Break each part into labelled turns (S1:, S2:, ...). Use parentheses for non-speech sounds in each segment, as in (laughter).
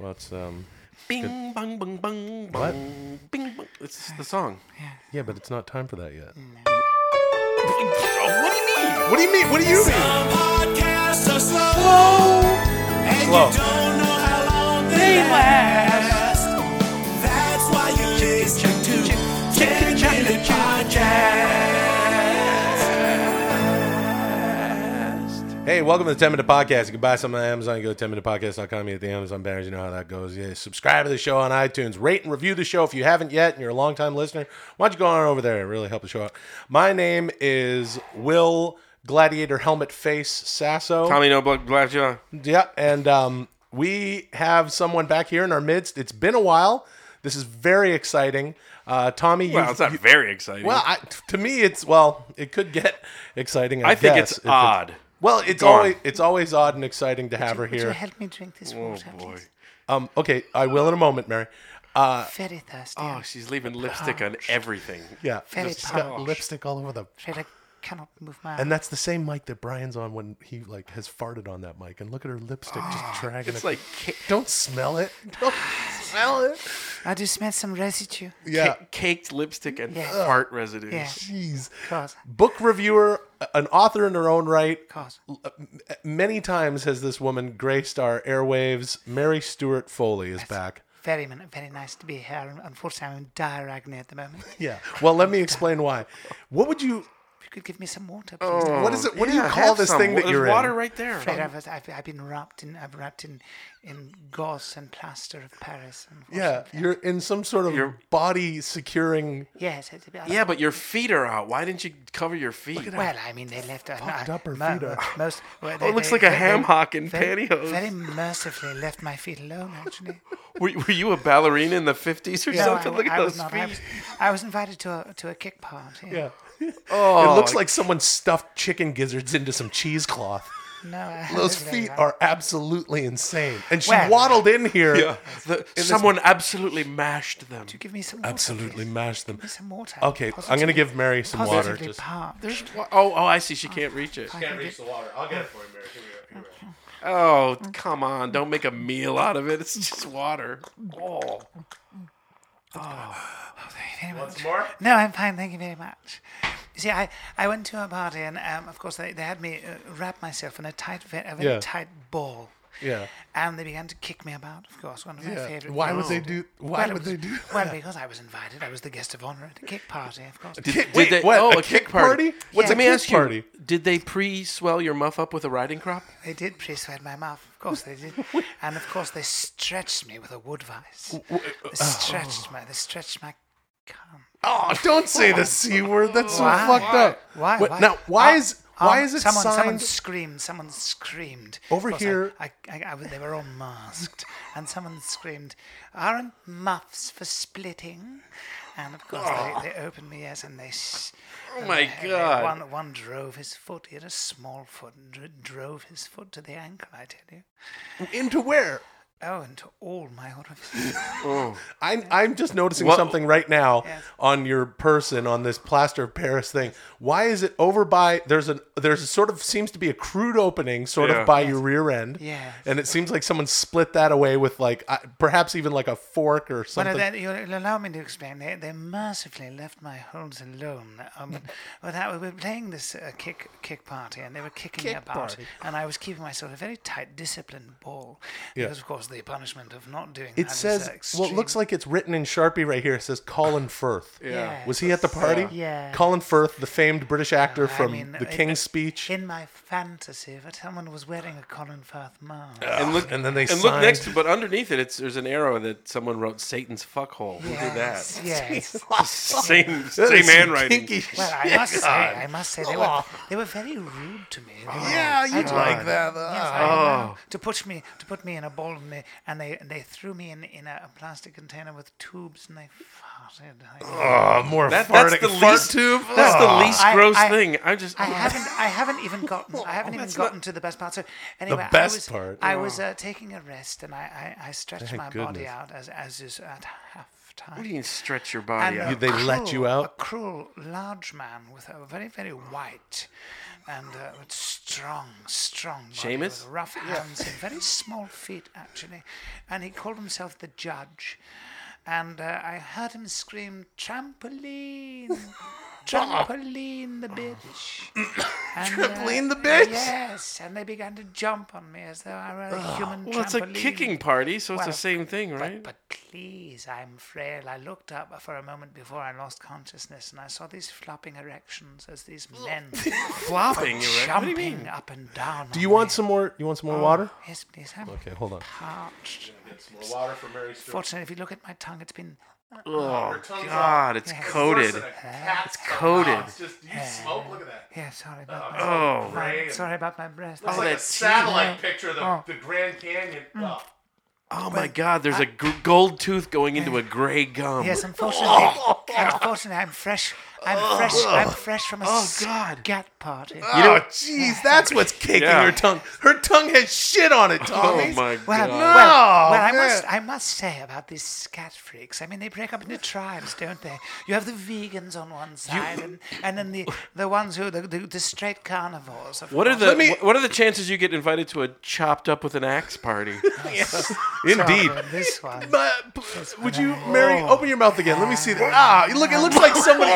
S1: Well, it's um.
S2: Bing, bong, bong, bong, bong. Bing, bong. It's the song.
S1: Yeah, but it's not time for that yet.
S2: What do you mean? What do you mean? What do you mean?
S3: Podcasts are slow, and
S2: Slow.
S3: you don't know how long they last. That's why you listen to Ten Minute Podcast.
S1: Hey, welcome to the 10 Minute Podcast. You can buy something on Amazon. You go to 10minutepodcast.com. You hit the Amazon banners. You know how that goes. Yeah, subscribe to the show on iTunes. Rate and review the show if you haven't yet and you're a longtime listener. Why don't you go on over there? It really help the show out. My name is Will Gladiator Helmet Face Sasso.
S2: Tommy No Black Black John.
S1: Yeah, and um, we have someone back here in our midst. It's been a while. This is very exciting. Uh, Tommy,
S2: Wow,
S1: you've-
S2: it's not
S1: you,
S2: very exciting.
S1: well, I, to me, it's well, it could get exciting. I,
S2: I think it's
S1: guess, if
S2: odd.
S1: well, it's
S2: Go on.
S1: always it's always odd and exciting to have her
S4: Would you
S1: here.
S4: help me drink this
S2: oh
S4: water,
S2: boy.
S4: please?
S1: Um, okay, I will in a moment, Mary.
S4: Very thirsty.
S2: Oh, she's leaving lipstick on everything.
S1: Yeah,
S4: Very
S1: she's got
S4: posh.
S1: lipstick all over the,
S4: Fred, I cannot move my
S1: and that's the same mic that Brian's on when he like has farted on that mic. And look at her lipstick just dragging.
S2: Ah,
S1: it.
S2: It's like ca-
S1: don't smell it. Don't smell it.
S4: I do smell some residue.
S1: Yeah.
S2: ca- caked lipstick and
S4: Yeah.
S2: fart residues.
S4: Yeah.
S1: Jeez.
S4: Cause,
S1: book reviewer, an author in her own right.
S4: cause.
S1: Many times has this woman graced our airwaves. Mary Stewart Foley is back.
S4: Very, min- very nice to be here. Unfortunately, I'm in dire agony at the moment.
S2: (laughs)
S4: If
S1: Yeah. Well, let me explain why. What would you?
S4: you could give me some water, please.
S2: Oh.
S1: What is it? What do
S2: Yeah,
S1: you call
S2: have
S1: this
S2: some.
S1: thing that
S2: There's
S1: you're
S2: water
S1: in?
S2: right there.
S4: Fred, I've, I've, I've been wrapped in, I've wrapped in, in gauze and plaster of Paris.
S1: Yeah,
S4: unfortunately.
S1: you're in some sort of
S2: You're-
S1: body securing.
S4: Yes. It's a bit,
S2: Yeah, but your feet are out. Why didn't you cover your feet?
S4: Well, I mean, they left uh,
S1: Fucked
S4: uh,
S1: up her
S4: mo-
S1: feet are-
S4: most.
S2: (laughs)
S4: well,
S2: Oh, it
S4: they-
S2: looks
S4: they-
S2: like a
S4: they-
S2: ham hock in
S4: very-
S2: pantyhose.
S4: Very mercifully left my feet alone,
S2: (laughs)
S4: actually.
S2: Were, were you a ballerina in the 50s or
S4: No,
S2: something?
S4: I,
S2: Look at
S4: I was
S2: those
S4: not. I was,
S2: feet.
S4: I was invited to a to a kick party.
S1: Yeah. (laughs)
S2: Oh,
S1: it looks like someone stuffed chicken gizzards into some cheesecloth.
S4: No, I
S1: Those
S4: wasn't
S1: feet
S4: invited.
S1: are absolutely insane. And she
S4: Well-
S1: waddled in here.
S2: Yeah. The- someone absolutely mashed them.
S4: You give me some.
S1: Absolutely
S4: Water,
S1: mashed them.
S4: please. some water.
S1: Okay, I'm going to
S4: Positively-
S1: give Mary some water.
S4: Positively
S1: Just
S4: parched.
S2: There's wa- oh oh I see she can't reach it.
S4: I did-
S1: the water. I'll get it for you, Mary. Here we go.
S2: Oh come on! Don't make a meal out of it. It's just water. Oh
S4: very much.
S1: more?
S4: No, I'm fine. Thank you very much. You see, I, I went to a party and um, of course they, they had me uh, wrap myself in a tight ve- a very
S1: Yeah.
S4: tight ball.
S1: Yeah.
S4: And they began to kick me about. Of course, one of my
S1: Yeah.
S4: favorite.
S1: Why would
S4: things.
S1: they do? Why
S4: it
S1: would
S4: was-
S1: they do?
S4: Well, because I was invited. I was the guest of honor at a kick party, of course.
S1: Kick-
S2: did
S1: wait,
S2: they-
S1: what?
S2: oh,
S1: a, kick, party? What's
S2: Let
S1: a
S2: me
S1: kick
S2: ask
S1: party?
S2: you: Did they pre-swell your muff up with a riding crop?
S4: They did pre-sweat my mouth, of course they did,
S1: (laughs)
S4: and of course they stretched me with a wood vice.
S1: uh,
S4: They stretched my, they stretched my cum.
S1: Oh, don't say the c word. That's so
S4: Why?
S1: fucked up.
S4: Why?
S1: Wait,
S4: why?
S1: Now, why
S4: Oh,
S1: is why
S4: oh,
S1: is it
S4: someone, Someone
S1: signed?
S4: screamed. Someone screamed.
S1: Over
S4: Of course, I-
S1: here-
S4: I, I, I, they were all masked, and someone screamed, "Aren't muffs for splitting?" And of course they,
S1: Oh.
S4: they opened me yes, and they. s-
S2: Oh
S4: and
S2: my
S4: they- they-
S2: God.
S4: one one drove his foot. He had a small foot. And dro- drove his foot to the ankle. I tell you.
S1: into where?
S4: Oh, and to all my
S1: (laughs)
S4: orifices.
S1: I'm I'm just noticing
S2: Well-
S1: something right now
S4: Yes.
S1: on your person on this plaster of Paris thing. Why is it over by? There's an there's a sort of seems to be a crude opening, sort
S2: Yeah.
S1: of by your rear end.
S4: Yes.
S1: And it seems like someone split that away with like I perhaps even like a fork or
S4: Well,
S1: something.
S4: no, that, you'll, you'll allow me to explain. They, they mercifully left my holes alone.
S1: (laughs)
S4: Um, but I, we were playing this uh, kick kick party, and they were kicking me
S1: Kick
S4: about,
S1: party.
S4: and I was keeping myself a very tight, disciplined ball.
S1: Yeah.
S4: Because of course, the punishment of not doing
S1: It
S4: that is,
S1: says,
S4: uh,
S1: well, it looks
S4: extreme.
S1: like it's written in Sharpie right here. It says Colin Firth.
S4: Yeah.
S1: Was he at the party?
S4: Yeah.
S1: Colin Firth, the famed British actor
S4: I
S1: from
S4: mean,
S1: The
S4: it-
S1: King's Speech.
S4: in my fantasy, but someone was wearing a Colin Firth mask.
S2: And look
S1: Ah, and then they
S2: and look next,
S1: signed-
S2: to, but underneath it, it's there's an arrow that someone wrote Satan's fuckhole. Who did that?
S1: (laughs)
S4: Yes, yes.
S2: (laughs) Same
S1: That
S2: same
S1: is some
S2: handwriting.
S1: kinky
S4: Well,
S1: shit. Oh.
S4: I must say, I must say, they were, they were very rude to me. They were-
S1: Yeah, you'd like that.
S4: Yes,
S1: uh.
S4: I know. To put me to put me in a bowl and they and they, they threw me in, in a plastic container with tubes and they farted. I,
S1: Oh, more
S2: That-
S1: farting.
S2: that's the
S1: fart
S2: least.
S1: tube.
S2: That's
S1: Oh.
S2: the least
S4: I-
S2: gross
S4: I-
S2: thing. I'm just. oh,
S4: I haven't I haven't even gotten I haven't even
S2: that's not-
S4: gotten to the best part. So anyway,
S1: best
S4: I was,
S1: part.
S4: I was uh, taking a rest and I I, I stretched
S1: Thank
S4: my body
S1: goodness.
S4: out as as is at half time.
S2: What do you mean stretch your body
S4: And
S2: out?
S1: they let you
S4: cruel-
S1: out?
S4: A cruel, large man with a very, very white, and uh, with strong, strong. body
S2: Seamus?
S4: with rough hands and very small feet actually, and he called himself the judge, and uh, I heard him scream trampoline.
S2: (laughs)
S4: Trampoline the
S2: (coughs)
S4: bitch. And, uh,
S2: Trampoline the bitch?
S4: Yes, and they began to jump on me as though I were a human
S2: Well, it's a
S4: trampoline.
S2: kicking party, so it's
S4: Well,
S2: the same thing, right?
S4: But please, I'm frail. I looked up for a moment before I lost consciousness, and I saw these flopping erections as
S1: (laughs)
S4: these men
S2: Flopping, you're right. What do you
S4: jumping
S2: mean?
S4: up and down.
S1: Do you want some more? You want
S4: Oh.
S1: some more water?
S4: Yes, please. I'm
S1: Okay, hold on.
S4: parched.
S1: More water for Mary
S4: Fortunately, if you look at my tongue, it's been
S2: Oh God, it's coated.
S1: It's
S2: coated.
S1: It's just you smoke. Look at that.
S4: yeah. Sorry about my,
S2: Oh,
S4: my-
S1: great.
S4: sorry about my breast.
S1: It's
S2: Oh,
S1: like a
S2: that's-
S1: satellite picture of the,
S4: Oh. Mm.
S1: the Grand Canyon. Oh.
S2: oh my God, there's a g- gold tooth going into a gray
S1: (laughs)
S2: gum.
S4: Yes, unfortunately,
S1: Oh,
S4: unfortunately, I'm fresh. I'm fresh. I'm fresh from a
S2: Oh, God.
S4: scat party.
S1: You know, jeez, that's what's kicking
S2: Yeah.
S1: her tongue. Her tongue has shit on it, Tommy.
S2: Oh my
S4: Well,
S2: God.
S4: well, well I,
S1: man.
S4: must, I must say about these scat freaks. I mean, they break up into tribes, don't they? You have the vegans on one side, and, and then the, the ones who the, the, the straight carnivores. Of
S2: What are
S4: course.
S2: the
S1: me-
S2: wh- What are the chances you get invited to a chopped up with an axe party? (laughs)
S1: Indeed.
S4: Problem, This one.
S1: But, p- would you, Mary, open your mouth again? Let me see that. Ah, you look, it looks like (laughs) somebody,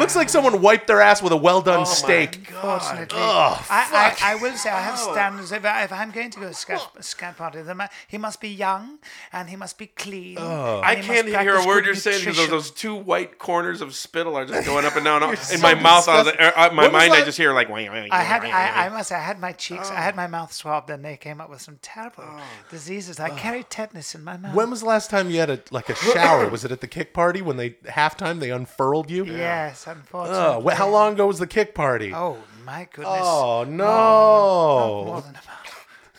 S1: looks like someone wiped their ass with a well done steak.
S4: Fortunately,
S1: Oh,
S4: I, I, I will say I
S2: Oh.
S4: have standards. If, I, if I'm going to go to a scat, scat party, then I- he must be young and he must be clean. and
S2: Oh. I
S4: he must
S2: can't hear
S4: practice
S2: a word
S4: good
S2: you're saying because those,
S4: nutrition.
S2: those two white corners of spittle are just going up and down. in my mouth, I was,
S1: disgusting.
S2: uh, uh, my
S1: What was
S2: mind, I
S1: that?
S2: just hear like. I Oh.
S4: I had,
S2: Uh,
S4: I, I must, say, I had my cheeks, I had my mouth swabbed, and they came up with some terrible diseases. I carried tetanus in my mouth.
S1: when was the last time you had a like a shower? Was it at the kick party when they halftime they unfurled you?
S4: yes, unfortunately.
S1: Oh, wh- how long ago was the kick party?
S4: Oh my goodness!
S1: Oh
S4: More
S2: Oh,
S1: no!
S4: than about.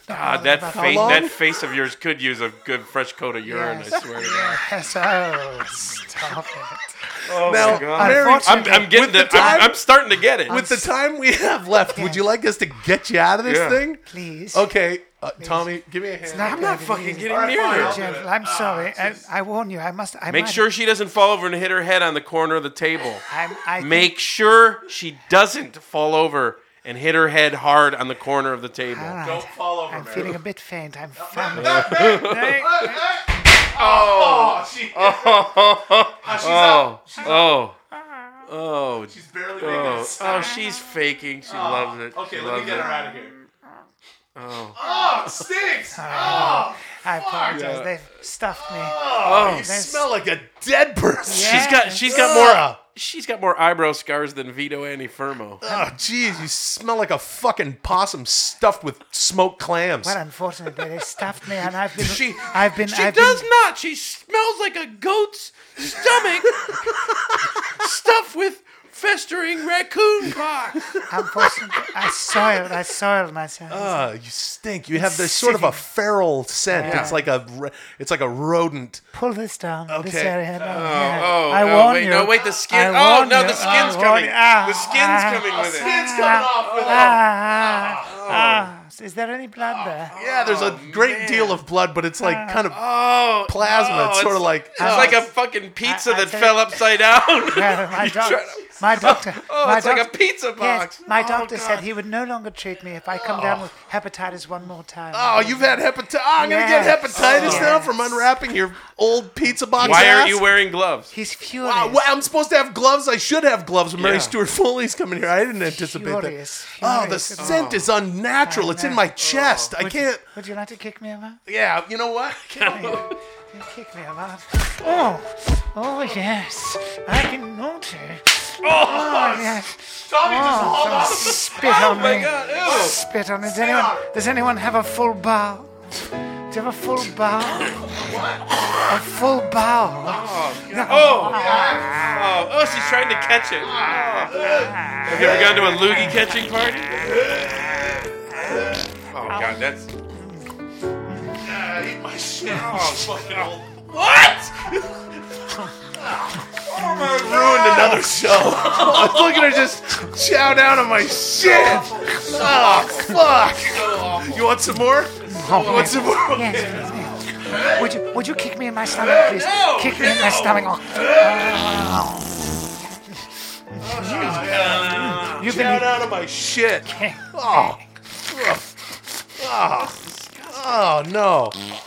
S2: God, Ah, that
S4: How
S2: face,
S1: long?
S2: that face of yours could use a good fresh coat of urine. I
S4: Yes.
S2: swear to
S4: (laughs)
S2: God.
S4: Yes. (laughs) Oh, stop it!
S2: Oh
S1: Now,
S2: my God.
S1: Mary,
S2: I'm,
S4: Unfortunately,
S2: I'm getting
S1: the
S2: it. I'm,
S1: time-
S2: I'm starting to get it.
S1: with the time we have left, would you like us to get you out of this
S2: Yeah.
S1: thing?
S4: please.
S1: Okay, uh, Tommy, give me a hand.
S4: not
S2: I'm not
S4: gonna be
S2: fucking
S4: easy.
S2: getting
S1: All right,
S2: near
S1: fine,
S2: her.
S1: I'll do
S4: Gentle,
S1: it.
S4: I'm sorry. I, I warn you. I must. I
S2: Make
S4: might-
S2: sure she doesn't fall over and hit her head on the corner of the table.
S4: I'm, I think
S2: Make sure she doesn't fall over and hit her head hard on the corner of the table.
S4: All right.
S1: Don't fall over,
S4: I'm
S1: Mary.
S4: feeling a bit faint.
S1: (laughs)
S2: (laughs)
S4: I'm famished.
S1: Oh, she, she's
S2: Oh, oh, oh,
S1: She's barely making a
S2: oh,
S1: sound. Ah.
S2: oh, she's faking. She loves it.
S1: Okay,
S2: She
S1: let me
S2: loves
S1: get
S2: it.
S1: her out of here. Oh, it stinks! Oh,
S4: I apologize. They've stuffed me.
S1: you
S4: That's-
S1: smell like a dead person.
S2: She's got, she's got
S1: Ugh.
S2: more, she's got more eyebrow scars than Vito Anifirmo.
S1: Oh, jeez, you smell like a fucking possum stuffed with smoked clams.
S4: Well, unfortunately, they stuffed me, and I've been.
S2: She,
S4: I've been.
S2: she
S4: I've
S2: does
S4: Been,
S2: not. She smells like a goat's stomach stuffed with festering raccoon pox.
S4: unfortunately, I soiled. I soiled myself.
S2: Oh.
S1: Ah, you stink. You have this sort of a feral scent. It's like a, r- it's like a rodent.
S4: Pull this down. This
S1: Okay.
S4: area. down here.
S2: Oh,
S4: I
S2: no,
S4: warn
S2: wait,
S4: you.
S2: no, wait, the skin.
S4: I
S2: oh,
S4: warn
S2: no,
S4: you.
S2: the skin's
S4: I warn
S2: coming.
S4: you. Ah,
S2: the skin's
S4: ah,
S2: coming with it. Oh.
S1: It's coming off with
S4: Ah, ah, ah. Is there any blood there?
S1: it. Yeah, there's a great deal of blood, but it's
S4: Ah.
S1: like kind of
S2: Oh,
S1: plasma.
S2: no,
S1: it's sort of like
S2: it's like a fucking pizza
S4: I- I
S2: that
S4: tell
S2: fell upside down.
S4: (laughs) Yeah,
S2: (laughs)
S4: my,
S2: You
S4: doc-
S2: try-
S4: my doctor.
S2: (laughs) oh,
S4: my
S2: it's like a
S4: doc-
S2: pizza box.
S4: Yes, my
S2: Oh,
S4: doctor said
S2: God. Oh.
S4: he would no longer treat me if I come down with hepatitis one more time.
S1: Oh, you've had hepatitis. I'm gonna get
S4: Yes.
S1: hepatitis
S4: Oh.
S1: now from unwrapping your old pizza box.
S2: Why
S1: ass?
S2: aren't you wearing gloves?
S4: He's furious.
S1: Wow, well, I'm supposed to have gloves. I should have gloves. When Mary
S2: Yeah.
S1: Stuart Foley's coming here. I didn't anticipate
S4: Furious,
S1: that. Oh, the
S4: furious. Oh.
S1: scent is unnatural. It's in my chest. I can't.
S4: Would you like to kick me over?
S1: Yeah, you know
S2: (laughs)
S1: what?
S2: Oh.
S4: You uh, kick me over. Oh, oh yes, I can note it. Oh yes,
S1: Tommy, just hold
S4: Someone
S1: on.
S4: Oh, spit on
S2: Oh my
S4: me.
S2: God, ew.
S4: Spit on me. Does anyone, does anyone have a full bow? Do you have a full bow? What? A full bow.
S2: Oh, oh, oh, she's trying to catch it. Oh. Have you ever gone to a loogie catching party? Oh God, that's
S1: Yeah, eat my shit. Oh, fucking old. What? oh my Ruined another show. (laughs) I was looking to just chow down on my shit. Oh, fuck. You want some more? You want some more?
S4: Yes, yes, yes. Would you, would you kick me in my stomach, please? kick me in my stomach. Oh.
S1: Uh, down.
S4: You've
S1: Chow
S4: been-
S1: down on my shit. Oh. Oh. Oh, no.